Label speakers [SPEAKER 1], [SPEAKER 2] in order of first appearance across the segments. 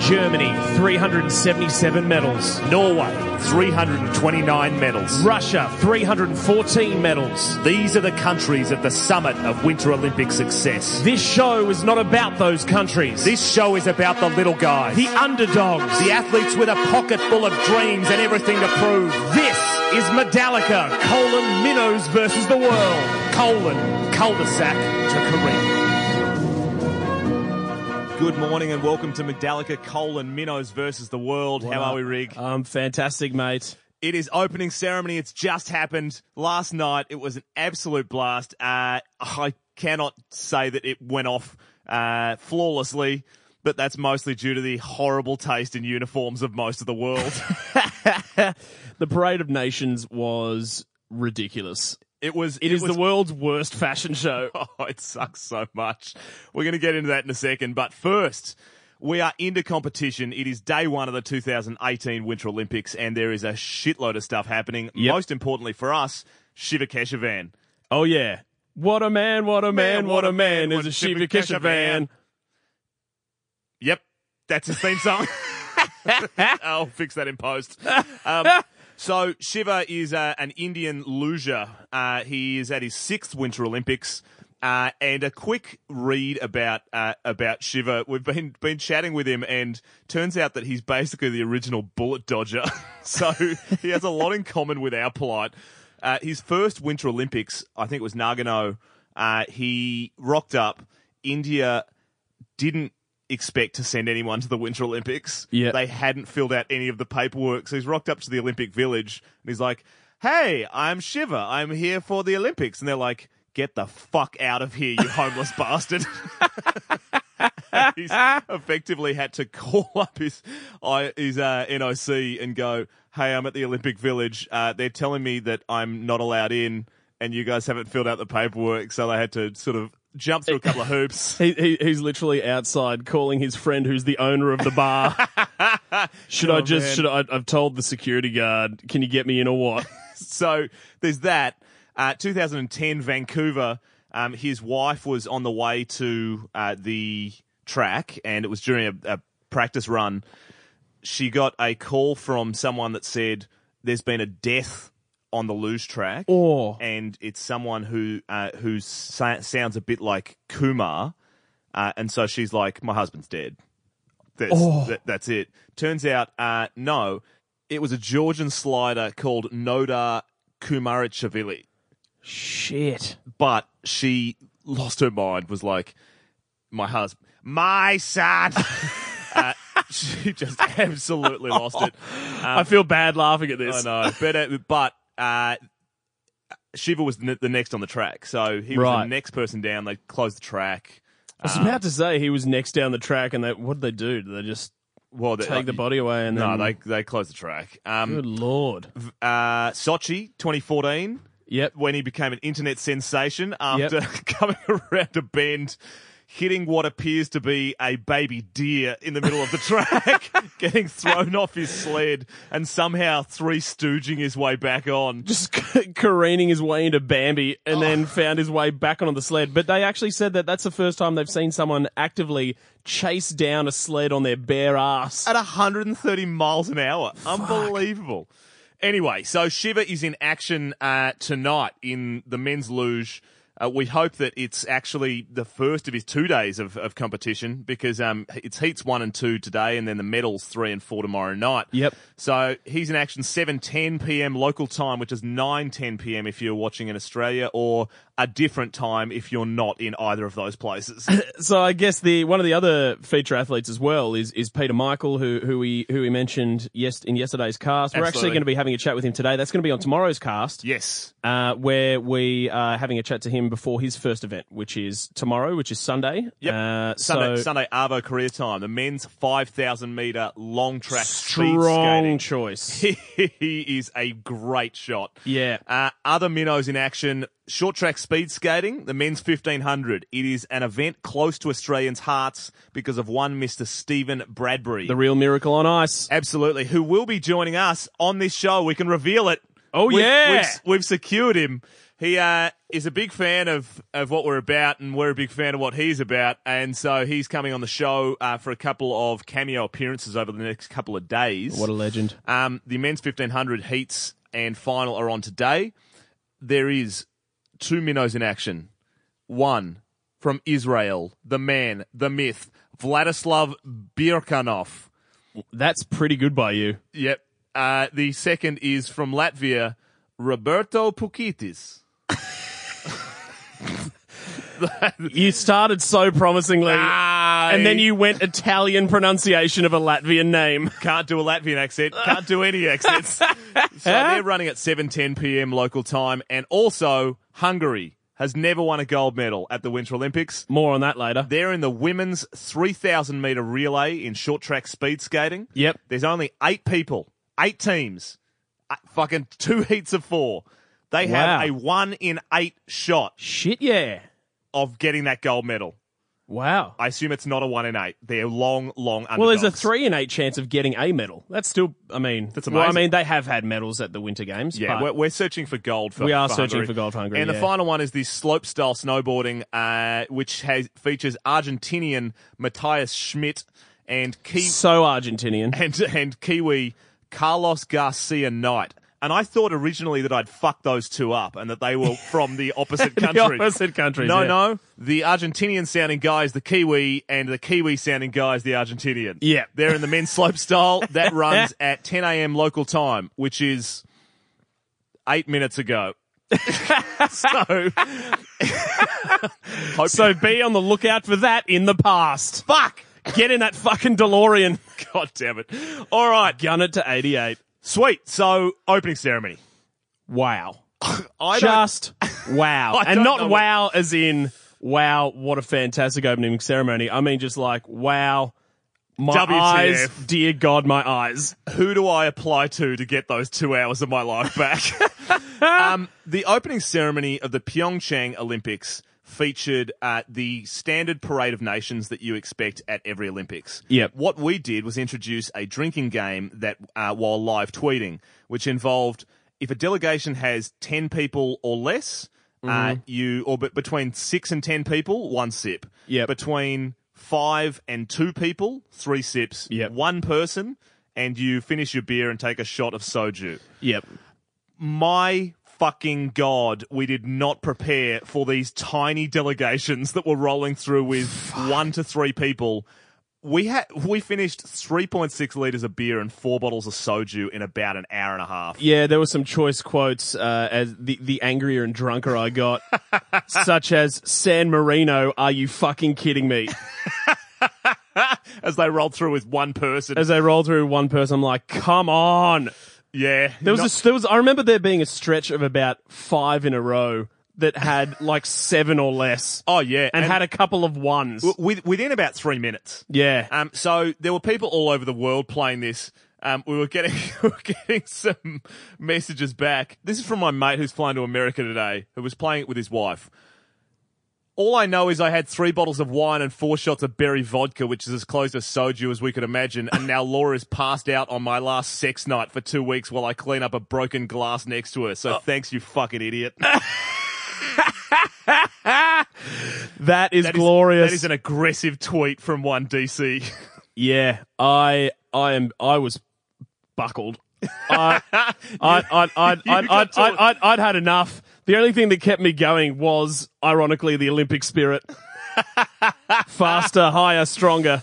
[SPEAKER 1] Germany, 377 medals.
[SPEAKER 2] Norway, 329 medals.
[SPEAKER 1] Russia, 314 medals.
[SPEAKER 2] These are the countries at the summit of Winter Olympic success.
[SPEAKER 1] This show is not about those countries.
[SPEAKER 2] This show is about the little guys,
[SPEAKER 1] the underdogs,
[SPEAKER 2] the athletes with a pocket full of dreams and everything to prove.
[SPEAKER 1] This is Medallica, colon minnows versus the world,
[SPEAKER 2] colon cul-de-sac to Korea.
[SPEAKER 3] Good morning and welcome to Medallica Cole and Minnows versus the world. How are we, Rig?
[SPEAKER 1] Um, fantastic, mate.
[SPEAKER 3] It is opening ceremony. It's just happened last night. It was an absolute blast. Uh, I cannot say that it went off uh, flawlessly, but that's mostly due to the horrible taste in uniforms of most of the world.
[SPEAKER 4] The Parade of Nations was ridiculous.
[SPEAKER 3] it was.
[SPEAKER 4] it is
[SPEAKER 3] was,
[SPEAKER 4] the world's worst fashion show.
[SPEAKER 3] Oh, it sucks so much. We're going to get into that in a second. But first, we are into competition. It is day one of the 2018 Winter Olympics, and there is a shitload of stuff happening. Most importantly for us, Shiva Keshavan.
[SPEAKER 4] Oh yeah. What a man, what a man, what a man, is a Shiva Keshavan.
[SPEAKER 3] Yep, that's his theme song. I'll fix that in post. Um, so Shiva is uh, an Indian luger. Uh, he is at his sixth Winter Olympics. Uh, and a quick read about uh, about Shiva. We've been been chatting with him, and turns out that he's basically the original bullet dodger. so he has a lot in common with our polite. Uh, his first Winter Olympics, I think it was Nagano. Uh, he rocked up. India didn't expect to send anyone to the Winter Olympics.
[SPEAKER 4] Yeah.
[SPEAKER 3] They hadn't filled out any of the paperwork. So he's rocked up to the Olympic Village and he's like, Hey, I'm Shiva. I'm here for the Olympics. And they're like, Get the fuck out of here, you homeless bastard. And he's effectively had to call up his I- his uh, NOC and go, "Hey, I'm at the Olympic Village. Uh, they're telling me that I'm not allowed in, and you guys haven't filled out the paperwork, so they had to sort of jump through a couple of hoops."
[SPEAKER 4] He, he, he's literally outside calling his friend who's the owner of the bar. should I just,
[SPEAKER 3] Oh, man.
[SPEAKER 4] should I, I've told the security guard, can you get me in or what?
[SPEAKER 3] so there's that. Uh, 2010 Vancouver. Um, his wife was on the way to uh, the track, and it was during a, a practice run. She got a call from someone that said, "There's been a death on the loose track."
[SPEAKER 4] Or,
[SPEAKER 3] and it's someone who uh, who sa- sounds a bit like Kumar, uh, and so she's like, "My husband's dead." That's, that, that's it. Turns out, uh, no, it was a Georgian slider called Nodar Kumarachvili,
[SPEAKER 4] shit.
[SPEAKER 3] but she lost her mind. Was like, "My husband, my son." uh, she just absolutely lost it.
[SPEAKER 4] I feel bad laughing at
[SPEAKER 3] I
[SPEAKER 4] this.
[SPEAKER 3] know, but uh, but uh, Shiva was n- the next on the track, so he was the
[SPEAKER 4] Right.
[SPEAKER 3] next person down. They closed the track.
[SPEAKER 4] I was about to say he was next down the track and they, what did they do? Did they just
[SPEAKER 3] Well, they,
[SPEAKER 4] take the body away and
[SPEAKER 3] No,
[SPEAKER 4] then...
[SPEAKER 3] they they closed the track. Um,
[SPEAKER 4] Good lord.
[SPEAKER 3] uh, Sochi, 2014,
[SPEAKER 4] Yep.
[SPEAKER 3] when he became an internet sensation after coming around a bend. Hitting what appears to be a baby deer in the middle of the track, getting thrown off his sled, and somehow three stooging his way back on.
[SPEAKER 4] just careening his way into Bambi and then found his way back onto the sled. But they actually said that that's the first time they've seen someone actively chase down a sled on their bare ass.
[SPEAKER 3] at 130 miles an hour. Unbelievable. Anyway, so Shiva is in action uh, tonight in the men's luge. Uh, we hope that it's actually the first of his two days of, of competition because um, it's heats one and two today, and then the medals three and four tomorrow night.
[SPEAKER 4] Yep.
[SPEAKER 3] So he's in action 7:10 p.m. local time, which is 9:10 p.m. if you're watching in Australia, or a different time if you're not in either of those places.
[SPEAKER 4] So I guess the one of the other feature athletes as well is is Peter Michael, who who we who we mentioned yes in yesterday's cast. We're actually
[SPEAKER 3] Absolutely.
[SPEAKER 4] going to be having a chat with him today. That's going to be on tomorrow's cast,
[SPEAKER 3] yes.
[SPEAKER 4] uh, where we are having a chat to him before his first event, which is tomorrow, which is Sunday.
[SPEAKER 3] Yep.
[SPEAKER 4] Uh,
[SPEAKER 3] Sunday,
[SPEAKER 4] so
[SPEAKER 3] Sunday Arvo career time. The men's 5,000 meter long track
[SPEAKER 4] strong
[SPEAKER 3] speed
[SPEAKER 4] choice.
[SPEAKER 3] skating. he is a great shot.
[SPEAKER 4] Yeah.
[SPEAKER 3] Uh, other minnows in action. Short track speed skating, the men's 1500. It is an event close to Australians' hearts because of one Mr. Stephen Bradbury.
[SPEAKER 4] The real miracle on ice.
[SPEAKER 3] Absolutely. Who will be joining us on this show? We can reveal it.
[SPEAKER 4] Oh,
[SPEAKER 3] We've-
[SPEAKER 4] yeah.
[SPEAKER 3] We've, we've secured him. He uh, is a big fan of, of what we're about, and we're a big fan of what he's about. And so he's coming on the show uh, for a couple of cameo appearances over the next couple of days.
[SPEAKER 4] What a legend.
[SPEAKER 3] Um, the men's 1500 heats and final are on today. There is two minnows in action. One from Israel, the man, the myth, Vladislav Birkanov.
[SPEAKER 4] That's pretty good by you.
[SPEAKER 3] Yep. Uh, the second is from Latvia, Roberto Pukitis.
[SPEAKER 4] You started so promisingly, and
[SPEAKER 3] eh.
[SPEAKER 4] then you went Italian pronunciation of a Latvian name.
[SPEAKER 3] Can't do a Latvian accent. Can't do any accents. so they're running at 7:10 p.m. local time, and also Hungary has never won a gold medal at the Winter Olympics.
[SPEAKER 4] More on that later.
[SPEAKER 3] They're in the women's 3,000 meter relay in short track speed skating.
[SPEAKER 4] Yep.
[SPEAKER 3] There's only eight people, eight teams, uh, fucking two heats of four. They
[SPEAKER 4] Wow.
[SPEAKER 3] have a one in eight shot
[SPEAKER 4] Shit, yeah.
[SPEAKER 3] of getting that gold medal.
[SPEAKER 4] Wow.
[SPEAKER 3] I assume it's not a one in eight. They're long, long underdogs.
[SPEAKER 4] Well, there's a three in eight chance of getting a medal. That's still, I mean,
[SPEAKER 3] That's
[SPEAKER 4] well, I
[SPEAKER 3] amazing.
[SPEAKER 4] mean, they have had medals at the Winter Games.
[SPEAKER 3] Yeah,
[SPEAKER 4] but
[SPEAKER 3] we're, we're searching for gold. For,
[SPEAKER 4] we are
[SPEAKER 3] for
[SPEAKER 4] searching
[SPEAKER 3] Hungary.
[SPEAKER 4] for gold for Hungary.
[SPEAKER 3] And
[SPEAKER 4] yeah.
[SPEAKER 3] the final one is the slope style snowboarding, uh, which has features Argentinian Matthias Schmidt and Kiwi
[SPEAKER 4] so Argentinian.
[SPEAKER 3] and, and Kiwi Carlos Garcia Knight. And I thought originally that I'd fuck those two up and that they were from the opposite
[SPEAKER 4] The
[SPEAKER 3] country.
[SPEAKER 4] opposite countries.
[SPEAKER 3] no,
[SPEAKER 4] yeah.
[SPEAKER 3] no. The Argentinian sounding guy is the Kiwi, and the Kiwi sounding guy is the Argentinian.
[SPEAKER 4] Yeah.
[SPEAKER 3] They're in the men's slope style. That runs at 10 a.m. local time, which is eight minutes ago. so, hope
[SPEAKER 4] So be on the lookout for that in the past. Fuck. Get in that fucking DeLorean.
[SPEAKER 3] God damn it. All right.
[SPEAKER 4] Gun it to 88.
[SPEAKER 3] Sweet. So, opening ceremony.
[SPEAKER 4] Wow.
[SPEAKER 3] I don't-
[SPEAKER 4] Just wow.
[SPEAKER 3] I
[SPEAKER 4] and
[SPEAKER 3] don't
[SPEAKER 4] not
[SPEAKER 3] know
[SPEAKER 4] wow as in, wow, what a fantastic opening ceremony. I mean, just like, wow. My
[SPEAKER 3] WTF.
[SPEAKER 4] eyes, dear God, my eyes.
[SPEAKER 3] who do I apply to to get those two hours of my life back? um, the opening ceremony of the Pyeongchang Olympics featured uh, the standard parade of nations that you expect at every Olympics.
[SPEAKER 4] Yep.
[SPEAKER 3] What we did was introduce a drinking game that uh, while live tweeting, which involved if a delegation has ten people or less, uh,
[SPEAKER 4] Mm-hmm.
[SPEAKER 3] you or but between six and ten people, one sip.
[SPEAKER 4] Yep.
[SPEAKER 3] Between five and two people, three sips.
[SPEAKER 4] Yep.
[SPEAKER 3] One person, and you finish your beer and take a shot of soju.
[SPEAKER 4] Yep.
[SPEAKER 3] My fucking god, we did not prepare for these tiny delegations that were rolling through with one to three people. We had we finished 3.6 liters of beer and four bottles of soju in about an hour and a half.
[SPEAKER 4] Yeah, there were some choice quotes uh, as the, the angrier and drunker I got, such as San Marino, are you fucking kidding me?
[SPEAKER 3] As they rolled through with one person.
[SPEAKER 4] As they roll through one person, I'm like, come on.
[SPEAKER 3] yeah.
[SPEAKER 4] There was
[SPEAKER 3] not-
[SPEAKER 4] a, there was I remember there being a stretch of about five in a row that had like seven or less
[SPEAKER 3] Oh yeah.
[SPEAKER 4] and, had a couple of ones.
[SPEAKER 3] with, within about 3 minutes.
[SPEAKER 4] yeah.
[SPEAKER 3] Um, so there were people all over the world playing this. Um, we were getting we were getting some messages back. This is from my mate who's flying to America today, who was playing it with his wife. All I know is I had three bottles of wine and four shots of berry vodka, which is as close to soju as we could imagine. And now Laura is passed out on my last sex night for two weeks while I clean up a broken glass next to her. So thanks, you fucking idiot.
[SPEAKER 4] that is
[SPEAKER 3] That is-
[SPEAKER 4] glorious.
[SPEAKER 3] that is an aggressive tweet from one DC.
[SPEAKER 4] yeah. I I am I was buckled. I I I I I
[SPEAKER 3] You
[SPEAKER 4] I
[SPEAKER 3] got to-
[SPEAKER 4] I I'd had enough. The only thing that kept me going was ironically the Olympic spirit. Faster, higher, stronger.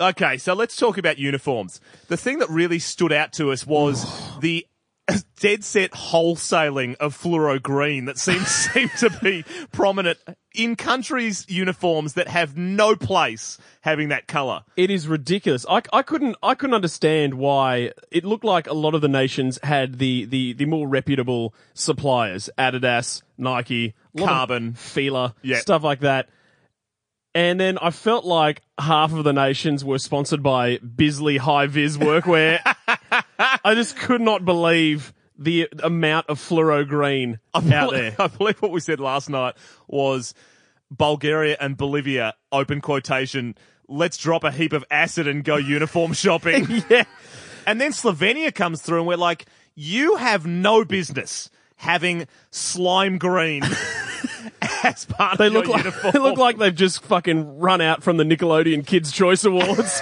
[SPEAKER 3] Okay, so let's talk about uniforms. The thing that really stood out to us was the dead set wholesaling of fluoro green that seems seemed to be prominent in countries' uniforms that have no place having that color.
[SPEAKER 4] It is ridiculous. I, I couldn't I couldn't understand why it looked like a lot of the nations had the the, the more reputable suppliers, Adidas, Nike, a lot of
[SPEAKER 3] Carbon.
[SPEAKER 4] Fila,
[SPEAKER 3] Yeah.
[SPEAKER 4] stuff like that. And then I felt like half of the nations were sponsored by Bisley High Vis Workwear. I just could not believe the amount of fluoro green out there.
[SPEAKER 3] I believe what we said last night was Bulgaria and Bolivia, open quotation, let's drop a heap of acid and go uniform shopping.
[SPEAKER 4] yeah.
[SPEAKER 3] And then Slovenia comes through and we're like, you have no business having slime green as part
[SPEAKER 4] They
[SPEAKER 3] of
[SPEAKER 4] look
[SPEAKER 3] your
[SPEAKER 4] like
[SPEAKER 3] uniform.
[SPEAKER 4] they look like they've just fucking run out from the Nickelodeon Kids Choice Awards.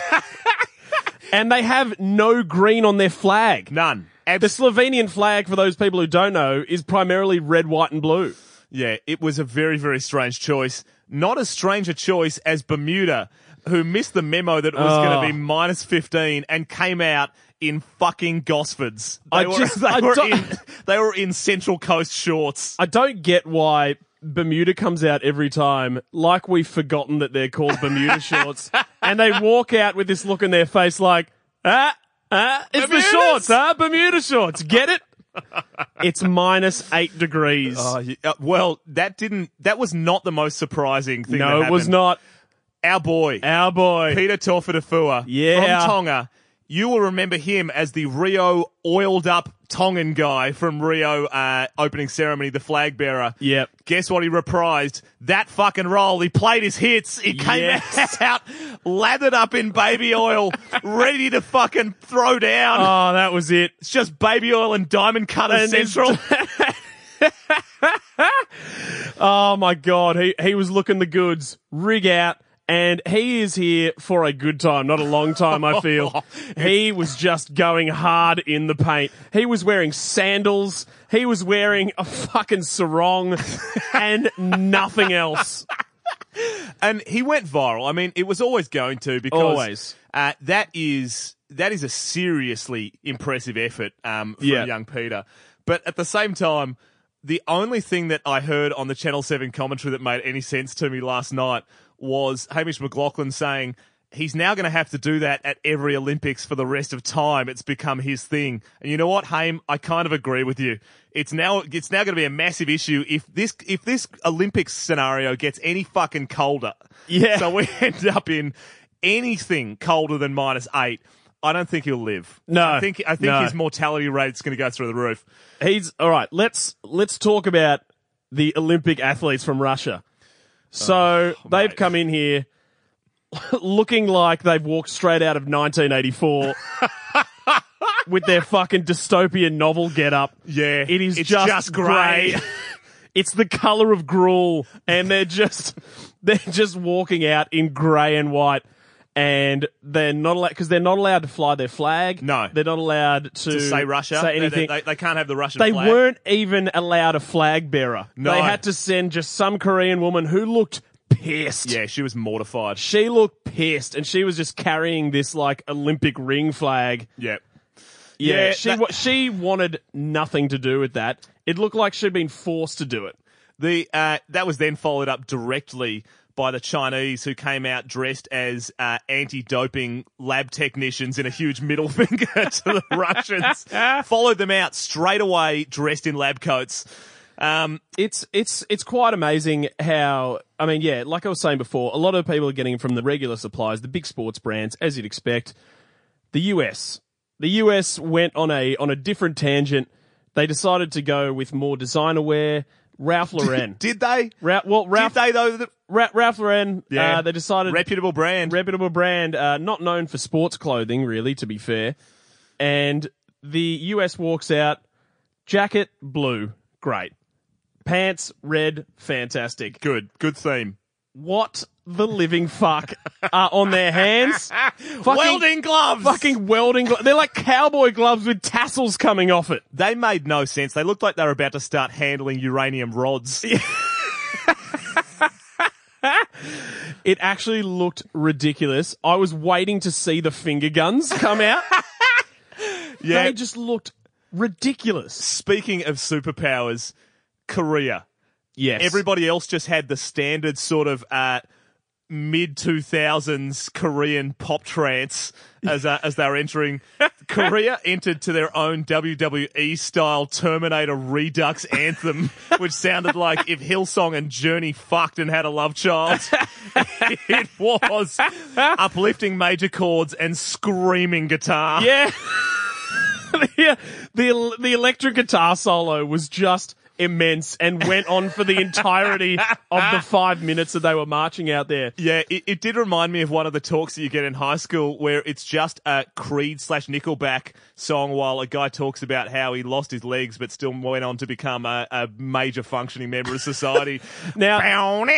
[SPEAKER 4] and they have no green on their flag.
[SPEAKER 3] none.
[SPEAKER 4] The
[SPEAKER 3] Abs-
[SPEAKER 4] Slovenian flag, for those people who don't know, is primarily red, white, and blue.
[SPEAKER 3] yeah, it was a very very strange choice. Not as strange a choice as Bermuda, who missed the memo that it was
[SPEAKER 4] Oh.
[SPEAKER 3] going to be minus fifteen and came out in fucking Gosfords. They
[SPEAKER 4] I
[SPEAKER 3] were,
[SPEAKER 4] just-
[SPEAKER 3] they
[SPEAKER 4] I
[SPEAKER 3] were
[SPEAKER 4] don't-
[SPEAKER 3] in they were in Central Coast shorts.
[SPEAKER 4] I don't get why Bermuda comes out every time, like we've forgotten that they're called Bermuda shorts, and they walk out with this look in their face, like, ah, ah, it's
[SPEAKER 3] Bermudas!"
[SPEAKER 4] the shorts, huh? Bermuda shorts, get it? It's minus eight degrees.
[SPEAKER 3] Oh, y- uh, well, that didn't. That was not the most surprising thing.
[SPEAKER 4] no,
[SPEAKER 3] that
[SPEAKER 4] it was
[SPEAKER 3] happened.
[SPEAKER 4] not.
[SPEAKER 3] Our boy,
[SPEAKER 4] Our boy.
[SPEAKER 3] Peter Torfidafua
[SPEAKER 4] Yeah.
[SPEAKER 3] from Tonga. You will remember him as the Rio oiled up Tongan guy from Rio uh, opening ceremony, the flag bearer.
[SPEAKER 4] Yep.
[SPEAKER 3] Guess what he reprised? That fucking role. He played his hits. He came
[SPEAKER 4] Yes.
[SPEAKER 3] out lathered up in baby oil, ready to fucking throw down.
[SPEAKER 4] Oh, that was it.
[SPEAKER 3] it's just baby oil and diamond cutter
[SPEAKER 4] And it's-
[SPEAKER 3] central.
[SPEAKER 4] Oh my god, he he was looking the goods, rig out, and he is here for a good time, not a long time. I feel he was just going hard in the paint. He was wearing sandals. He was wearing a fucking sarong and nothing else.
[SPEAKER 3] and he went viral. I mean, it was always going to because
[SPEAKER 4] Always.
[SPEAKER 3] Uh, that is that is a seriously impressive effort um, from
[SPEAKER 4] Yeah.
[SPEAKER 3] young Peter. But at the same time, the only thing that I heard on the Channel Seven commentary that made any sense to me last night was Hamish McLaughlin saying. He's now going to have to do that at every Olympics for the rest of time. It's become his thing. And you know what, Haim? I kind of agree with you. It's now, it's now going to be a massive issue if this, if this Olympics scenario gets any fucking colder.
[SPEAKER 4] Yeah.
[SPEAKER 3] So we end up in anything colder than minus eight. I don't think he'll live.
[SPEAKER 4] No.
[SPEAKER 3] I think I think
[SPEAKER 4] No.
[SPEAKER 3] his mortality rate's going to go through the roof.
[SPEAKER 4] He's all right. Let's let's talk about the Olympic athletes from Russia. So they've
[SPEAKER 3] Oh, mate.
[SPEAKER 4] come in here looking like they've walked straight out of 1984 with their fucking dystopian novel get up.
[SPEAKER 3] Yeah,
[SPEAKER 4] It is
[SPEAKER 3] it's
[SPEAKER 4] just,
[SPEAKER 3] just grey.
[SPEAKER 4] grey. it's the color of gruel and they're just they're just walking out in grey and white and they're not allowed because they're not allowed to fly their flag.
[SPEAKER 3] No.
[SPEAKER 4] They're not allowed to,
[SPEAKER 3] To say Russia,
[SPEAKER 4] Say
[SPEAKER 3] They-
[SPEAKER 4] anything.
[SPEAKER 3] They, they can't have the Russian.
[SPEAKER 4] They
[SPEAKER 3] flag.
[SPEAKER 4] weren't even allowed a flag bearer.
[SPEAKER 3] No.
[SPEAKER 4] They had to send just some Korean woman who looked pissed.
[SPEAKER 3] Yeah, she was mortified.
[SPEAKER 4] She looked pissed and she was just carrying this like Olympic ring flag.
[SPEAKER 3] Yeah.
[SPEAKER 4] Yeah.
[SPEAKER 3] Yeah,
[SPEAKER 4] she
[SPEAKER 3] that-
[SPEAKER 4] wa- she wanted nothing to do with that. It looked like she'd been forced to do it.
[SPEAKER 3] The uh, that was then followed up directly by the Chinese who came out dressed as uh, anti-doping lab technicians in a huge middle finger to the Russians. followed them out straight away dressed in lab coats. Um,
[SPEAKER 4] It's it's it's quite amazing how I mean yeah, like I was saying before, a lot of people are getting from the regular suppliers, the big sports brands, as you'd expect. The US, the US went on a on a different tangent. They decided to go with more designer wear. Ralph Lauren,
[SPEAKER 3] did they?
[SPEAKER 4] Ra- well Ralph
[SPEAKER 3] did they though? The,
[SPEAKER 4] Ra- Ralph Lauren.
[SPEAKER 3] Yeah.
[SPEAKER 4] Uh, they decided
[SPEAKER 3] reputable brand.
[SPEAKER 4] reputable brand, uh, not known for sports clothing, really, to be fair. And the US walks out, jacket blue, great. Pants red, fantastic.
[SPEAKER 3] good, good theme.
[SPEAKER 4] What the living fuck are on their hands? Fucking,
[SPEAKER 3] Welding gloves.
[SPEAKER 4] Fucking welding. Glo- they're like cowboy gloves with tassels coming off it.
[SPEAKER 3] They made no sense. They looked like they were about to start handling uranium rods.
[SPEAKER 4] It actually looked ridiculous. I was waiting to see the finger guns come out.
[SPEAKER 3] Yeah.
[SPEAKER 4] They just looked ridiculous.
[SPEAKER 3] Speaking of superpowers, Korea.
[SPEAKER 4] Yes.
[SPEAKER 3] Everybody else just had the standard sort of uh, mid two thousands Korean pop trance as uh, as they were entering. Korea entered to their own WWE style Terminator Redux anthem, which sounded like if Hillsong and Journey fucked and had a love child. it was uplifting major chords and screaming guitar.
[SPEAKER 4] Yeah. the, the the electric guitar solo was just immense and went on for the entirety of the five minutes that they were marching out there.
[SPEAKER 3] Yeah, it, it did remind me of one of the talks that you get in high school where it's just a Creed slash Nickelback song while a guy talks about how he lost his legs but still went on to become a, a major functioning member of society.
[SPEAKER 4] Now,
[SPEAKER 3] Can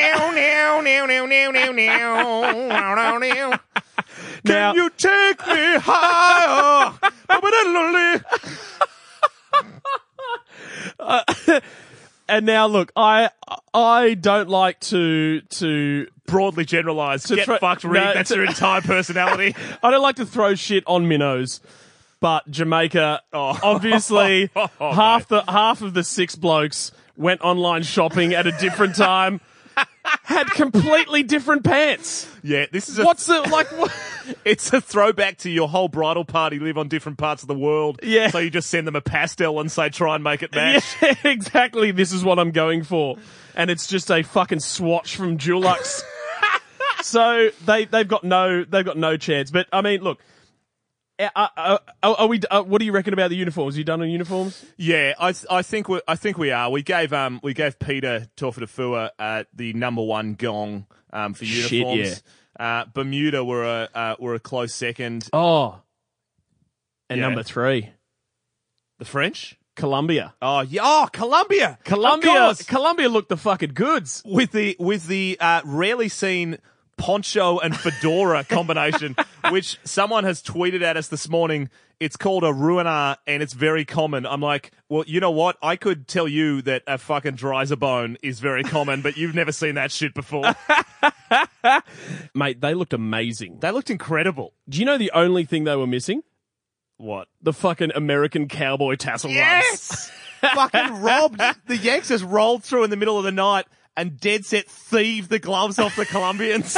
[SPEAKER 4] now
[SPEAKER 3] you take me higher?
[SPEAKER 4] and now, look, I I don't like to to
[SPEAKER 3] Broadly generalized. Get
[SPEAKER 4] throw-
[SPEAKER 3] fucked, Reed.
[SPEAKER 4] no,
[SPEAKER 3] That's
[SPEAKER 4] to-
[SPEAKER 3] your entire personality.
[SPEAKER 4] I don't like to throw shit on minnows, but Jamaica,
[SPEAKER 3] Oh.
[SPEAKER 4] obviously, half the half of the six blokes went online shopping at a different time, had completely different pants.
[SPEAKER 3] yeah, this is a
[SPEAKER 4] What's the like? What?
[SPEAKER 3] It's a throwback to your whole bridal party live on different parts of the world.
[SPEAKER 4] Yeah.
[SPEAKER 3] So you just send them a pastel and say, try and make it
[SPEAKER 4] Yeah,
[SPEAKER 3] match.
[SPEAKER 4] exactly. This is what I'm going for, and it's just a fucking swatch from Dulux. so they they've got no they've got no chance. But I mean, look. uh, uh, uh, Are, are we? Uh, what do you reckon about the uniforms? You done on uniforms?
[SPEAKER 3] Yeah, I, I think we I think we are. We gave um we gave Peter Tofutafua uh, the number one gong um for
[SPEAKER 4] Shit,
[SPEAKER 3] uniforms. Uh, Bermuda were a uh, were a close second.
[SPEAKER 4] Oh, and
[SPEAKER 3] Yeah.
[SPEAKER 4] number three,
[SPEAKER 3] The French.
[SPEAKER 4] Colombia.
[SPEAKER 3] Oh yeah, oh Colombia, Of
[SPEAKER 4] Colombia,
[SPEAKER 3] course.
[SPEAKER 4] Colombia looked the fucking goods.
[SPEAKER 3] with the with the uh, rarely seen poncho and fedora combination, which someone has tweeted at us this morning. It's called a ruinar, and it's very common. I'm like, well, you know what? I could tell you that a fucking dryzer bone is very common, but you've never seen that shit before.
[SPEAKER 4] Mate, they looked amazing.
[SPEAKER 3] they looked incredible.
[SPEAKER 4] Do you know the only thing they were missing?
[SPEAKER 3] What?
[SPEAKER 4] The fucking American cowboy tassel runs.
[SPEAKER 3] fucking robbed. The Yanks just rolled through in the middle of the night and dead set thieved the gloves off the Colombians.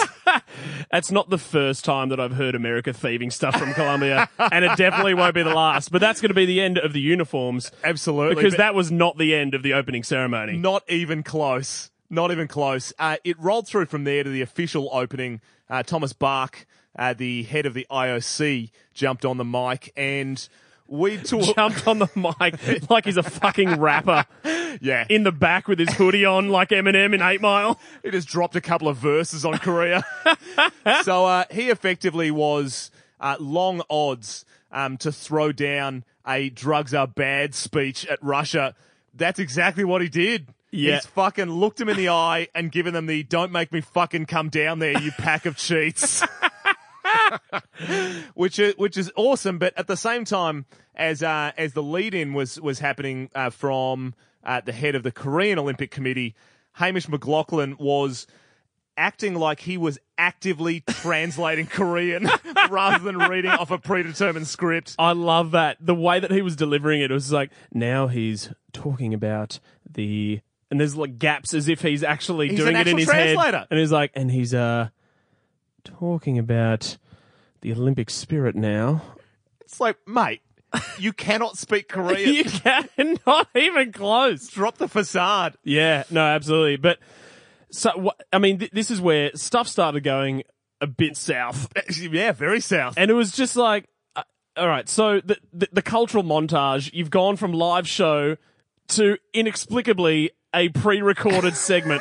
[SPEAKER 4] That's not the first time that I've heard America thieving stuff from Colombia, and it definitely won't be the last. But that's going to be the end of the uniforms
[SPEAKER 3] Absolutely.
[SPEAKER 4] because
[SPEAKER 3] but-
[SPEAKER 4] that was not the end of the opening ceremony.
[SPEAKER 3] Not even close. Not even close. Uh, it rolled through from there to the official opening. Uh, Thomas Bark, uh, the head of the IOC, jumped on the mic and we talked.
[SPEAKER 4] Jumped on the mic like he's a fucking rapper
[SPEAKER 3] yeah,
[SPEAKER 4] in the back with his hoodie on, like Eminem in Eight Mile.
[SPEAKER 3] he just dropped a couple of verses on Korea. so uh, he effectively was uh, long odds um, to throw down a drugs are bad speech at Russia. That's exactly what he did.
[SPEAKER 4] Yeah.
[SPEAKER 3] He's fucking looked him in the eye and given them the don't make me fucking come down there, you pack of cheats. which is which is awesome. But at the same time, as uh, as the lead in was was happening uh, from uh, the head of the Korean Olympic Committee, Hamish McLaughlin was acting like he was actively translating Korean rather than reading off a predetermined script.
[SPEAKER 4] I love that. The way that he was delivering it, it was like, now he's talking about the. And there's like gaps as if he's actually
[SPEAKER 3] He's
[SPEAKER 4] doing
[SPEAKER 3] an
[SPEAKER 4] it in
[SPEAKER 3] actual
[SPEAKER 4] his
[SPEAKER 3] translator.
[SPEAKER 4] head. And he's like, and he's uh talking about the Olympic spirit now.
[SPEAKER 3] It's like, mate, you cannot speak Korean.
[SPEAKER 4] You can not even close.
[SPEAKER 3] Drop the facade.
[SPEAKER 4] Yeah, no, absolutely. But so wha- I mean, th- this is where stuff started going a bit south.
[SPEAKER 3] Yeah, very south.
[SPEAKER 4] and it was just like, uh, all right. So the, the the cultural montage, you've gone from live show to inexplicably a pre-recorded segment.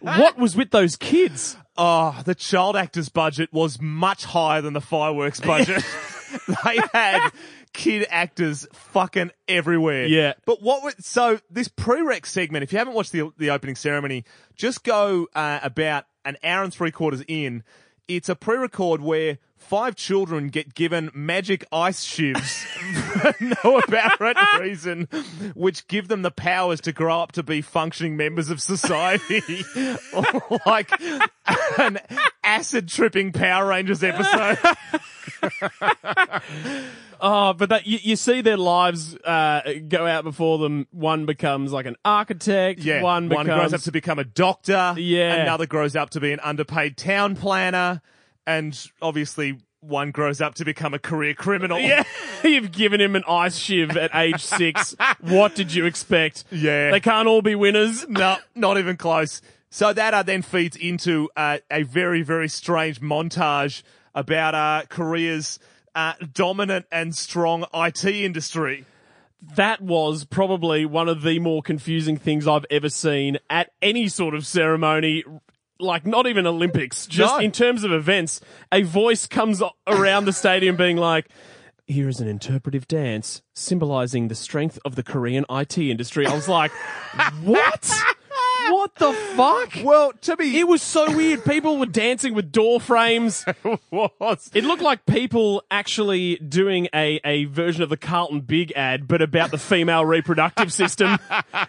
[SPEAKER 4] what was with those kids?
[SPEAKER 3] Oh, the child actors budget was much higher than the fireworks budget. they had kid actors fucking everywhere.
[SPEAKER 4] Yeah.
[SPEAKER 3] But what was, so this pre-rec segment, if you haven't watched the, the opening ceremony, just go uh, about an hour and three quarters in. It's a pre-record where five children get given magic ice shivs for no apparent reason, which give them the powers to grow up to be functioning members of society. like an acid tripping Power Rangers episode.
[SPEAKER 4] Oh, but that you, you see their lives uh, go out before them. One becomes like an architect.
[SPEAKER 3] Yeah,
[SPEAKER 4] One becomes
[SPEAKER 3] grows up to become a doctor.
[SPEAKER 4] Yeah.
[SPEAKER 3] another grows up to be an underpaid town planner, and obviously one grows up to become a career criminal.
[SPEAKER 4] Yeah, you've given him an ice shiv at age six. what did you expect?
[SPEAKER 3] Yeah.
[SPEAKER 4] They can't all be winners.
[SPEAKER 3] no, not even close. So that uh, then feeds into uh, a very very strange montage about uh, Korea's uh, dominant and strong IT industry.
[SPEAKER 4] that was probably one of the more confusing things I've ever seen at any sort of ceremony. Like not even Olympics, just
[SPEAKER 3] No.
[SPEAKER 4] in terms of events, a voice comes o- around the stadium being like, "Here is an interpretive dance symbolizing the strength of the Korean IT industry." I was like, "What? what the fuck?"
[SPEAKER 3] Well, to be
[SPEAKER 4] It was so weird. People were dancing with door frames.
[SPEAKER 3] was.
[SPEAKER 4] It looked like people actually doing a, a version of the Carlton Big ad, but about the female reproductive system.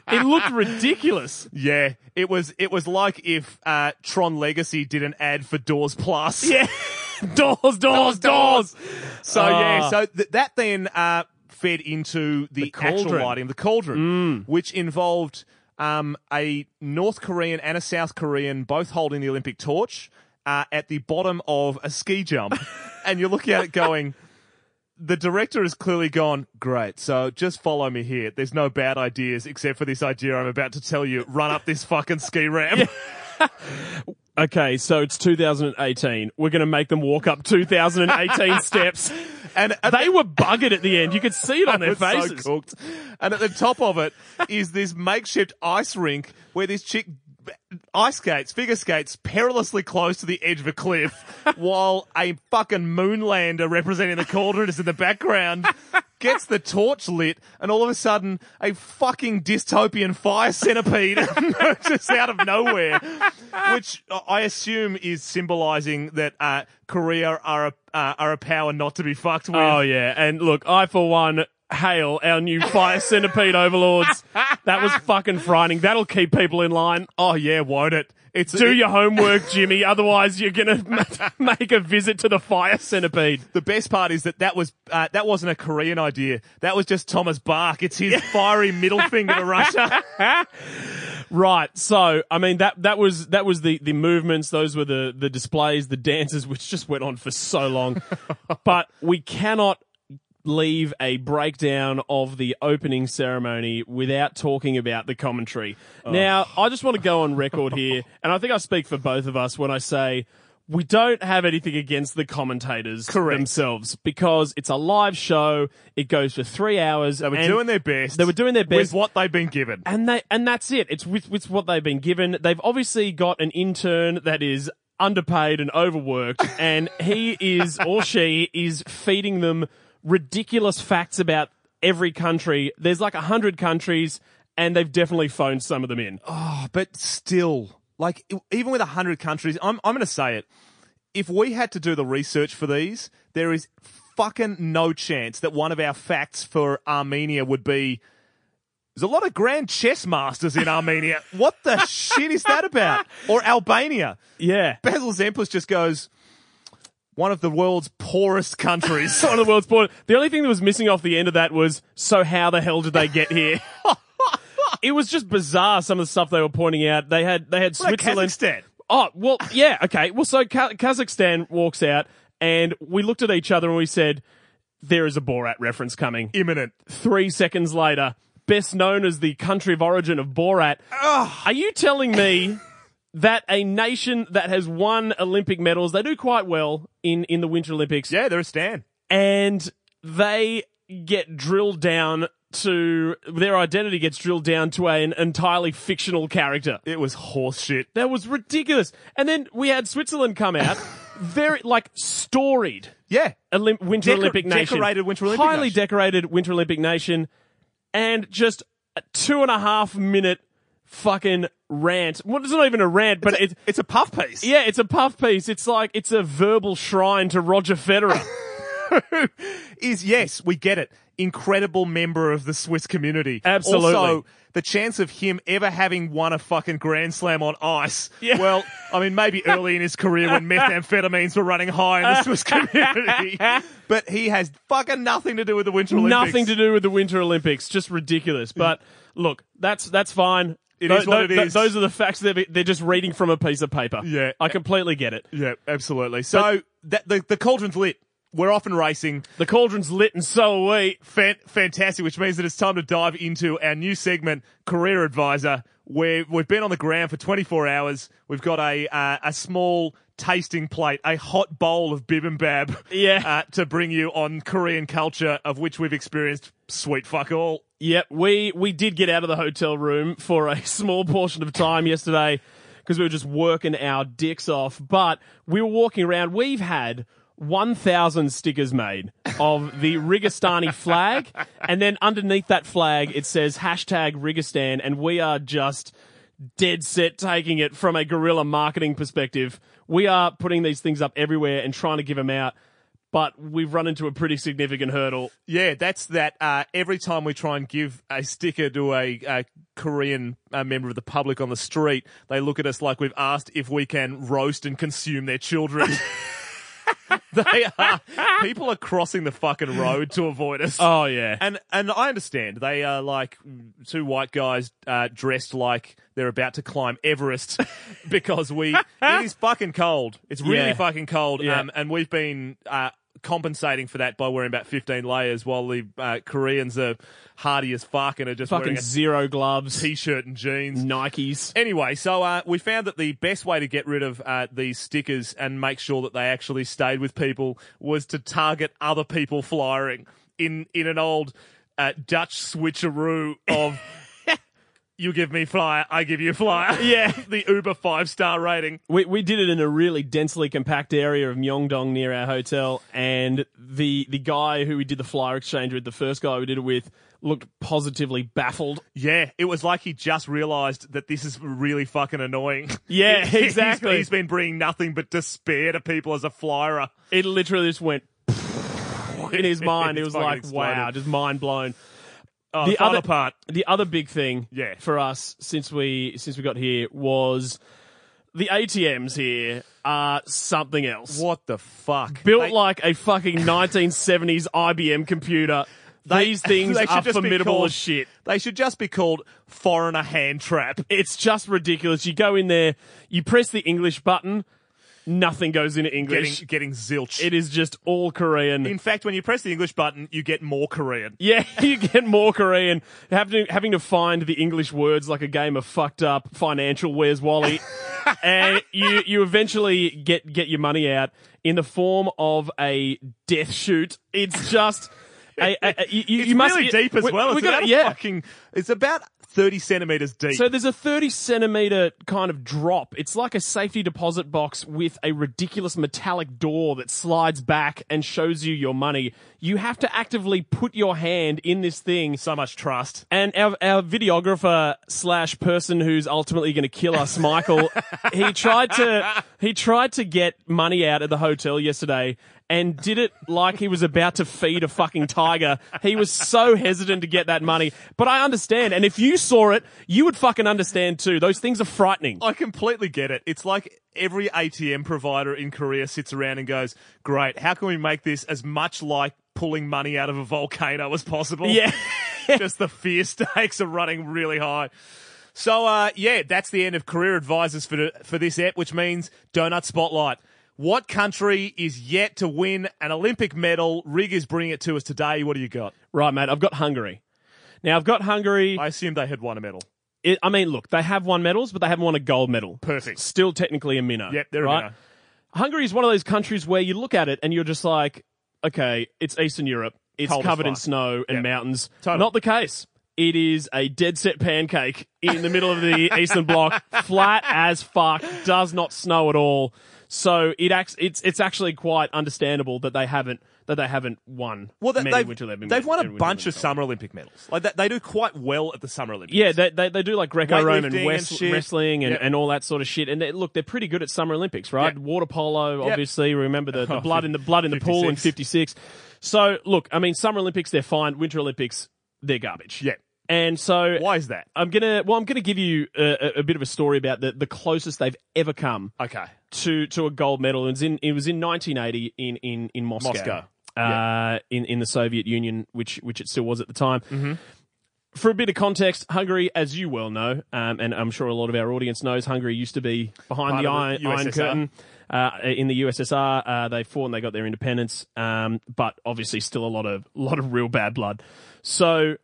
[SPEAKER 4] It looked ridiculous.
[SPEAKER 3] Yeah, it was. It was like if uh, Tron Legacy did an ad for Doors Plus.
[SPEAKER 4] Yeah. doors, doors, doors.
[SPEAKER 3] So yeah,
[SPEAKER 4] Ah.
[SPEAKER 3] so th- that then uh, fed into the, actual
[SPEAKER 4] cauldron. Mm.
[SPEAKER 3] lighting, the cauldron, which involved um, a North Korean and a South Korean both holding the Olympic torch uh, at the bottom of a ski jump, and you're looking at it going. The director has clearly gone, great, so just follow me here. There's no bad ideas except for this idea I'm about to tell you. Run up this fucking ski ramp.
[SPEAKER 4] Okay, so it's 2018. We're going to make them walk up 2018 steps.
[SPEAKER 3] And at
[SPEAKER 4] They were buggered at the end. You could see it on their
[SPEAKER 3] It's so
[SPEAKER 4] faces.
[SPEAKER 3] cooked. And at the top of it is this makeshift ice rink where this chick ice skates, figure skates, perilously close to the edge of a cliff, while a fucking moonlander representing the cauldron is in the background. Gets the torch lit, and all of a sudden, a fucking dystopian fire centipede emerges out of nowhere, which I assume is symbolising that uh, Korea are a uh, are a power not to be fucked with.
[SPEAKER 4] Oh yeah, and look, I for one hail our new fire centipede overlords. That was fucking frightening. That'll keep people in line. Oh yeah, won't it?
[SPEAKER 3] It's-
[SPEAKER 4] do
[SPEAKER 3] it-
[SPEAKER 4] your homework, Jimmy. Otherwise, you're gonna ma- make a visit to the fire centipede.
[SPEAKER 3] The best part is that that was uh, that wasn't a Korean idea. That was just Thomas Bach. It's his fiery middle finger to Russia.
[SPEAKER 4] Right. So, I mean that that was that was the the movements. Those were the the displays, the dances, which just went on for so long. but we cannot leave a breakdown of the opening ceremony without talking about the commentary.
[SPEAKER 3] Oh.
[SPEAKER 4] Now, I just want to go on record here, and I think I speak for both of us when I say. We don't have anything against the commentators themselves because it's a live show. It goes for three hours. They
[SPEAKER 3] They were doing their best.
[SPEAKER 4] They were doing their best
[SPEAKER 3] with what they've been given.
[SPEAKER 4] and they and that's it. It's with, with what they've been given. They've obviously got an intern that is underpaid and overworked, and he is or she is feeding them ridiculous facts about every country. There's like a hundred countries, and they've definitely phoned some of them in.
[SPEAKER 3] oh, But still, like e- even with hundred countries, I'm I'm going to say it. If we had to do the research for these, there is fucking no chance that one of our facts for Armenia would be. There's a lot of grand chess masters in Armenia. What the shit is that about? Or Albania?
[SPEAKER 4] Yeah.
[SPEAKER 3] Basil Zemplis just goes, one of the world's poorest countries.
[SPEAKER 4] One of the world's poor. The only thing that was missing off the end of that was, so how the hell did they get here? it was just bizarre. Some of the stuff they were pointing out. They had they had Switzerland.
[SPEAKER 3] Kazakhstan.
[SPEAKER 4] Oh, well, yeah, okay. Well, so Ka- Kazakhstan walks out, and we looked at each other and we said, There is a Borat reference coming.
[SPEAKER 3] Imminent.
[SPEAKER 4] Three seconds later, best known as the country of origin of Borat. Are you telling me that a nation that has won Olympic medals, they do quite well in, in the Winter Olympics,
[SPEAKER 3] Yeah, there is Stan.
[SPEAKER 4] and they get drilled down to their identity gets drilled down to an entirely fictional character?
[SPEAKER 3] It was horse shit.
[SPEAKER 4] That was ridiculous. And then we had Switzerland come out, very like storied
[SPEAKER 3] Yeah.
[SPEAKER 4] Olymp- Winter
[SPEAKER 3] Decor-
[SPEAKER 4] Olympic nation,
[SPEAKER 3] decorated Winter Olympic
[SPEAKER 4] highly
[SPEAKER 3] nation.
[SPEAKER 4] decorated Winter Olympic nation, and just a two and a half minute fucking rant. Well, it's not even a rant, but it's,
[SPEAKER 3] It's a puff piece.
[SPEAKER 4] yeah, it's a puff piece. It's like it's a verbal shrine to Roger Federer.
[SPEAKER 3] is yes, we get it. Incredible member of the Swiss community.
[SPEAKER 4] Absolutely.
[SPEAKER 3] Also, the chance of him ever having won a fucking Grand Slam on ice.
[SPEAKER 4] Yeah.
[SPEAKER 3] Well, I mean, maybe early in his career when methamphetamines were running high in the Swiss community. but he has fucking nothing to do with the Winter Olympics.
[SPEAKER 4] Nothing to do with the Winter Olympics. Just ridiculous. But look, that's that's fine.
[SPEAKER 3] It
[SPEAKER 4] Tho-
[SPEAKER 3] is what
[SPEAKER 4] tho-
[SPEAKER 3] it
[SPEAKER 4] tho-
[SPEAKER 3] is.
[SPEAKER 4] Those are the facts. They're, they're just reading from a piece of paper.
[SPEAKER 3] Yeah.
[SPEAKER 4] I completely get it.
[SPEAKER 3] Yeah, absolutely. So that, the, the cauldron's lit. We're off and racing.
[SPEAKER 4] The cauldron's lit and so are we.
[SPEAKER 3] Fan- fantastic, which means that it's time to dive into our new segment, Career Advisor, where we've been on the ground for 24 hours. We've got a uh, a small tasting plate, a hot bowl of bibimbap
[SPEAKER 4] Yeah.
[SPEAKER 3] uh, to bring you on Korean culture, of which we've experienced sweet fuck all.
[SPEAKER 4] Yep, we we did get out of the hotel room for a small portion of time yesterday because we were just working our dicks off. But we were walking around. We've had 1,000 stickers made of the Rigistani flag, and then underneath that flag it says hashtag Rigistan, and we are just dead set taking it from a guerrilla marketing perspective. We are putting these things up everywhere and trying to give them out. But we've run into a pretty significant hurdle.
[SPEAKER 3] Yeah, that's that. Uh, every time we try and give a sticker to a, a Korean uh, member of the public on the street, they look at us like we've asked if we can roast and consume their children. they are, people are crossing the fucking road to avoid us.
[SPEAKER 4] Oh, yeah.
[SPEAKER 3] And and I understand they are like two white guys uh, dressed like they're about to climb Everest because we it is fucking cold. It's really
[SPEAKER 4] Yeah.
[SPEAKER 3] fucking cold.
[SPEAKER 4] Yeah.
[SPEAKER 3] Um, and we've been uh, compensating for that by wearing about fifteen layers, while the uh, Koreans are hardy as fuck and are just
[SPEAKER 4] fucking
[SPEAKER 3] wearing a
[SPEAKER 4] zero gloves.
[SPEAKER 3] t-shirt and jeans.
[SPEAKER 4] Nikes.
[SPEAKER 3] Anyway, so uh, we found that the best way to get rid of uh, these stickers and make sure that they actually stayed with people was to target other people flying in in an old uh, Dutch switcheroo of you give me flyer, I give you flyer. Yeah, the Uber five star rating.
[SPEAKER 4] We, we did it in a really densely compact area of Myeongdong near our hotel, and the the guy who we did the flyer exchange with, the first guy we did it with, looked positively baffled.
[SPEAKER 3] Yeah, it was like he just realised that this is really fucking annoying.
[SPEAKER 4] Yeah,
[SPEAKER 3] He's- he's-
[SPEAKER 4] exactly.
[SPEAKER 3] he's been bringing nothing but despair to people as a flyer.
[SPEAKER 4] It literally just went in his mind. it was like, wow, just mind blown.
[SPEAKER 3] Oh,
[SPEAKER 4] the
[SPEAKER 3] the other
[SPEAKER 4] other-
[SPEAKER 3] part.
[SPEAKER 4] The other big thing
[SPEAKER 3] Yeah.
[SPEAKER 4] for us since we since we got here was the ATMs here are something else.
[SPEAKER 3] What the fuck?
[SPEAKER 4] Built
[SPEAKER 3] They-
[SPEAKER 4] like a fucking 1970s IBM computer. These things
[SPEAKER 3] they should
[SPEAKER 4] are
[SPEAKER 3] just be
[SPEAKER 4] formidable
[SPEAKER 3] called-
[SPEAKER 4] as shit.
[SPEAKER 3] They should just be called foreigner hand trap.
[SPEAKER 4] It's just ridiculous. You go in there, you press the English button, nothing goes into
[SPEAKER 3] Getting
[SPEAKER 4] English.
[SPEAKER 3] getting zilch.
[SPEAKER 4] it is just all Korean.
[SPEAKER 3] in fact, when you press the English button, you get more Korean.
[SPEAKER 4] yeah, you get more Korean. Having to, having to find the English words like a game of fucked up financial where's Wally. and you you eventually get get your money out in the form of a death shoot. It's just a, a, a- you, you
[SPEAKER 3] It's
[SPEAKER 4] must
[SPEAKER 3] really
[SPEAKER 4] you-
[SPEAKER 3] deep as
[SPEAKER 4] we-
[SPEAKER 3] well.
[SPEAKER 4] we
[SPEAKER 3] It's
[SPEAKER 4] gotta-
[SPEAKER 3] about a
[SPEAKER 4] yeah.
[SPEAKER 3] fucking. It's about thirty centimeters deep.
[SPEAKER 4] So there's a 30 centimeter kind of drop. It's like a safety deposit box with a ridiculous metallic door that slides back and shows you your money. You have to actively put your hand in this thing.
[SPEAKER 3] so much trust.
[SPEAKER 4] And our, our videographer slash person who's ultimately going to kill us, Michael, he tried to he tried to get money out of the hotel yesterday and did it like he was about to feed a fucking tiger. He was so hesitant to get that money, but I understand. And if you saw it, you would fucking understand too. Those things are frightening.
[SPEAKER 3] I completely get it. It's like every ATM provider in Korea sits around and goes, "Great, how can we make this as much like pulling money out of a volcano as possible?"
[SPEAKER 4] Yeah.
[SPEAKER 3] just the fear stakes are running really high. So uh, yeah, that's the end of career advisors for for this ep, which means donut spotlight. What country is yet to win an Olympic medal? Rig is bringing it to us today. What do you got?
[SPEAKER 4] Right, mate. I've got Hungary. Now I've got Hungary.
[SPEAKER 3] I assume they had won a medal.
[SPEAKER 4] It, I mean, look, they have won medals, but they haven't won a gold medal.
[SPEAKER 3] Perfect.
[SPEAKER 4] Still technically a minnow.
[SPEAKER 3] Yep, they're a
[SPEAKER 4] right?
[SPEAKER 3] winner.
[SPEAKER 4] Hungary is one of those countries where you look at it and you're just like, okay, it's Eastern Europe. It's
[SPEAKER 3] Cold as
[SPEAKER 4] covered in
[SPEAKER 3] fuck.
[SPEAKER 4] snow and
[SPEAKER 3] Yep.
[SPEAKER 4] mountains.
[SPEAKER 3] Totally.
[SPEAKER 4] Not the case. It is a dead set pancake in the middle of the Eastern Bloc, flat as fuck, does not snow at all. So it acts, it's it's actually quite understandable that they haven't that they haven't won.
[SPEAKER 3] Well, they,
[SPEAKER 4] many
[SPEAKER 3] they've,
[SPEAKER 4] Winter Olympic-
[SPEAKER 3] they've won a
[SPEAKER 4] Winter
[SPEAKER 3] bunch
[SPEAKER 4] Olympic
[SPEAKER 3] of summer Olympic medals. Like they, they do quite well at the summer Olympics.
[SPEAKER 4] Yeah, they, they, they do like Greco-Roman
[SPEAKER 3] Weightlifting
[SPEAKER 4] wes-
[SPEAKER 3] and shit.
[SPEAKER 4] wrestling and,
[SPEAKER 3] Yep.
[SPEAKER 4] and all that sort of shit. And they, look, they're pretty good at Summer Olympics, right?
[SPEAKER 3] Yep.
[SPEAKER 4] Water polo, obviously. Remember the, the blood in the blood in the pool in
[SPEAKER 3] 56.
[SPEAKER 4] '56. So look, I mean, Summer Olympics they're fine. Winter Olympics they're garbage.
[SPEAKER 3] Yep.
[SPEAKER 4] And so
[SPEAKER 3] Why is that?
[SPEAKER 4] I'm gonna well, I'm gonna give you a, a- a bit of a story about the, the closest they've ever come
[SPEAKER 3] Okay.
[SPEAKER 4] to to a gold medal. It was in it was in 1980 in in in Moscow,
[SPEAKER 3] Moscow.
[SPEAKER 4] Uh, in in the Soviet Union, which which it still was at the time.
[SPEAKER 3] Mm-hmm.
[SPEAKER 4] For a bit of context, Hungary, as you well know, um, and I'm sure a lot of our audience knows, Hungary used to be behind
[SPEAKER 3] Part
[SPEAKER 4] the
[SPEAKER 3] of
[SPEAKER 4] Iron,
[SPEAKER 3] the
[SPEAKER 4] Iron
[SPEAKER 3] USSR.
[SPEAKER 4] Curtain uh, in the USSR. Uh, they fought and they got their independence, um, but obviously still a lot of lot of real bad blood. So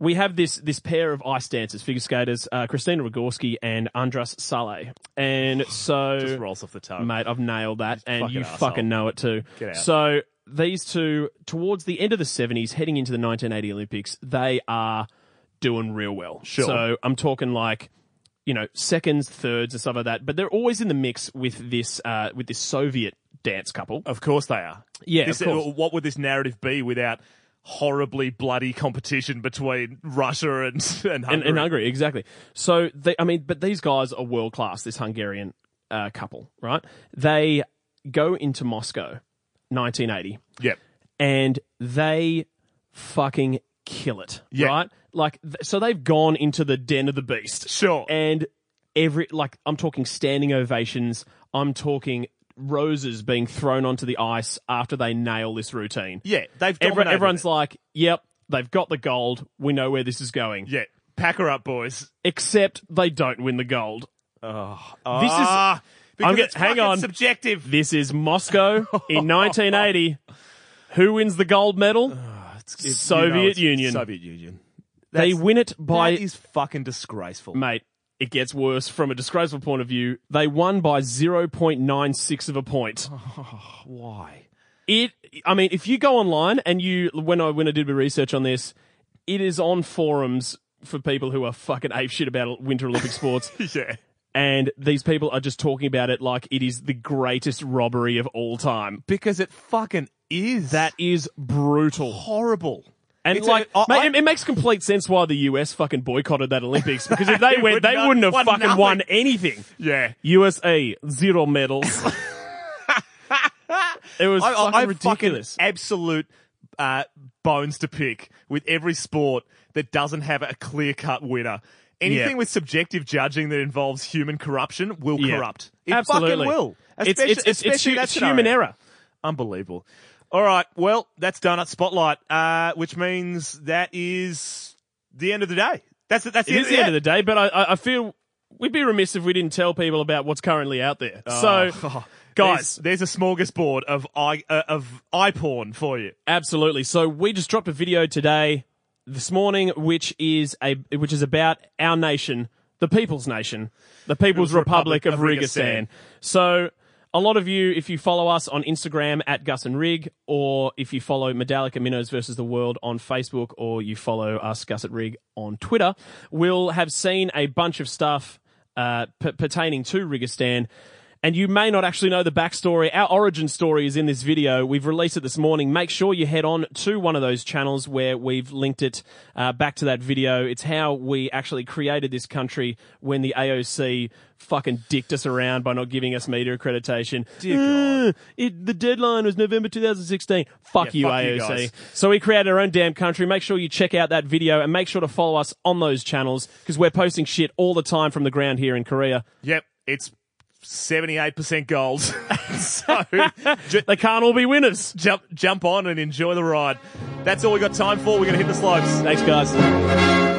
[SPEAKER 4] we have this this pair of ice dancers, figure skaters, uh, Christina Rogorski and Andras Saleh. And so
[SPEAKER 3] Just rolls off the tongue.
[SPEAKER 4] mate, I've nailed that, and
[SPEAKER 3] fucking
[SPEAKER 4] you
[SPEAKER 3] asshole.
[SPEAKER 4] fucking know it too.
[SPEAKER 3] Get out.
[SPEAKER 4] So these two, towards the end of the seventies, heading into the nineteen eighty Olympics, they are doing real well.
[SPEAKER 3] Sure.
[SPEAKER 4] So I'm talking like, you know, seconds, thirds, and stuff like that. But they're always in the mix with this uh, with this Soviet dance couple.
[SPEAKER 3] Of course they are.
[SPEAKER 4] Yeah,
[SPEAKER 3] Oh, This-
[SPEAKER 4] of course.
[SPEAKER 3] What would this narrative be without horribly bloody competition between Russia and and Hungary?
[SPEAKER 4] And, and Hungary, exactly. So they, I mean, but these guys are world class. This Hungarian uh, couple, right? They go into Moscow, 1980.
[SPEAKER 3] Yep.
[SPEAKER 4] and they fucking kill it,
[SPEAKER 3] Yeah.
[SPEAKER 4] right? Like, th- so they've gone into the den of the beast.
[SPEAKER 3] Sure.
[SPEAKER 4] And every, like, I'm talking standing ovations. I'm talking roses being thrown onto the ice after they nail this routine.
[SPEAKER 3] yeah, they've
[SPEAKER 4] Every-
[SPEAKER 3] dominated
[SPEAKER 4] everyone's
[SPEAKER 3] it.
[SPEAKER 4] like, yep, they've got the gold. We know where this is going.
[SPEAKER 3] yeah, pack her up, boys.
[SPEAKER 4] Except they don't win the gold.
[SPEAKER 3] Oh.
[SPEAKER 4] This is-
[SPEAKER 3] Ah, because
[SPEAKER 4] I'm get-
[SPEAKER 3] it's
[SPEAKER 4] hang
[SPEAKER 3] fucking
[SPEAKER 4] on.
[SPEAKER 3] Subjective.
[SPEAKER 4] This is Moscow in 1980. Who wins the gold medal?
[SPEAKER 3] If
[SPEAKER 4] Soviet
[SPEAKER 3] it's
[SPEAKER 4] Union.
[SPEAKER 3] Soviet Union.
[SPEAKER 4] They
[SPEAKER 3] That's-
[SPEAKER 4] win it by
[SPEAKER 3] that is fucking disgraceful.
[SPEAKER 4] mate, it gets worse from a disgraceful point of view. They won by 0.96 of a point.
[SPEAKER 3] Oh. Why?
[SPEAKER 4] It, I mean, if you go online and you, when I, when I did my research on this, it is on forums for people who are fucking ape shit about Winter Olympic sports.
[SPEAKER 3] Yeah.
[SPEAKER 4] and these people are just talking about it like it is the greatest robbery of all time.
[SPEAKER 3] Because it fucking is.
[SPEAKER 4] That is brutal.
[SPEAKER 3] horrible.
[SPEAKER 4] And
[SPEAKER 3] It's
[SPEAKER 4] like,
[SPEAKER 3] a- I-
[SPEAKER 4] mate,
[SPEAKER 3] Oh, I-
[SPEAKER 4] it, it makes complete sense why the US fucking boycotted that Olympics because if they went,
[SPEAKER 3] would
[SPEAKER 4] they
[SPEAKER 3] not-
[SPEAKER 4] wouldn't have
[SPEAKER 3] won
[SPEAKER 4] fucking
[SPEAKER 3] nothing.
[SPEAKER 4] won anything.
[SPEAKER 3] Yeah.
[SPEAKER 4] USA zero medals. it was
[SPEAKER 3] I,
[SPEAKER 4] fucking
[SPEAKER 3] I, I
[SPEAKER 4] ridiculous.
[SPEAKER 3] fucking absolute uh, bones to pick with every sport that doesn't have a clear cut winner. Anything
[SPEAKER 4] Yeah.
[SPEAKER 3] with subjective judging that involves human corruption will
[SPEAKER 4] Yeah.
[SPEAKER 3] corrupt. It
[SPEAKER 4] Absolutely
[SPEAKER 3] fucking will.
[SPEAKER 4] It's
[SPEAKER 3] Especially,
[SPEAKER 4] it's it's, it's,
[SPEAKER 3] especially
[SPEAKER 4] hu-
[SPEAKER 3] that
[SPEAKER 4] it's human
[SPEAKER 3] scenario.
[SPEAKER 4] error.
[SPEAKER 3] Unbelievable. All right. Well, that's Donut Spotlight, uh, which means that is the end of the day. That's that's
[SPEAKER 4] It is the end of the day, but I- I, I feel we'd be remiss if we didn't tell people about what's currently out there.
[SPEAKER 3] Oh,
[SPEAKER 4] So, guys,
[SPEAKER 3] there's, there's a smorgasbord of i uh, of iPorn for you.
[SPEAKER 4] absolutely. So we just dropped a video today, this morning, which is a which is about our nation, the People's Nation, the People's Republic,
[SPEAKER 3] Republic
[SPEAKER 4] of
[SPEAKER 3] of
[SPEAKER 4] Rigistan.
[SPEAKER 3] Rigistan.
[SPEAKER 4] So. A lot of you, if you follow us on Instagram at Gus and Rig, or if you follow Medallica Minnows versus the World on Facebook, or you follow us Gus at Rig on Twitter, will have seen a bunch of stuff uh, p- pertaining to Rigistan. And you may not actually know the backstory. Our origin story is in this video. We've released it this morning. Make sure you head on to one of those channels where we've linked it uh, back to that video. It's how we actually created this country when the AOC fucking dicked us around by not giving us media accreditation. Uh, it, the deadline was November 2016. Fuck
[SPEAKER 3] Yeah,
[SPEAKER 4] you,
[SPEAKER 3] fuck you
[SPEAKER 4] AOC.
[SPEAKER 3] guys.
[SPEAKER 4] so we created our own damn country. Make sure you check out that video and make sure to follow us on those channels because we're posting shit all the time from the ground here in Korea.
[SPEAKER 3] Yep, it's seventy-eight percent gold. so ju-
[SPEAKER 4] They can't all be winners.
[SPEAKER 3] jump, jump on and enjoy the ride. That's all we got time for. We're gonna hit the slopes.
[SPEAKER 4] Thanks, guys.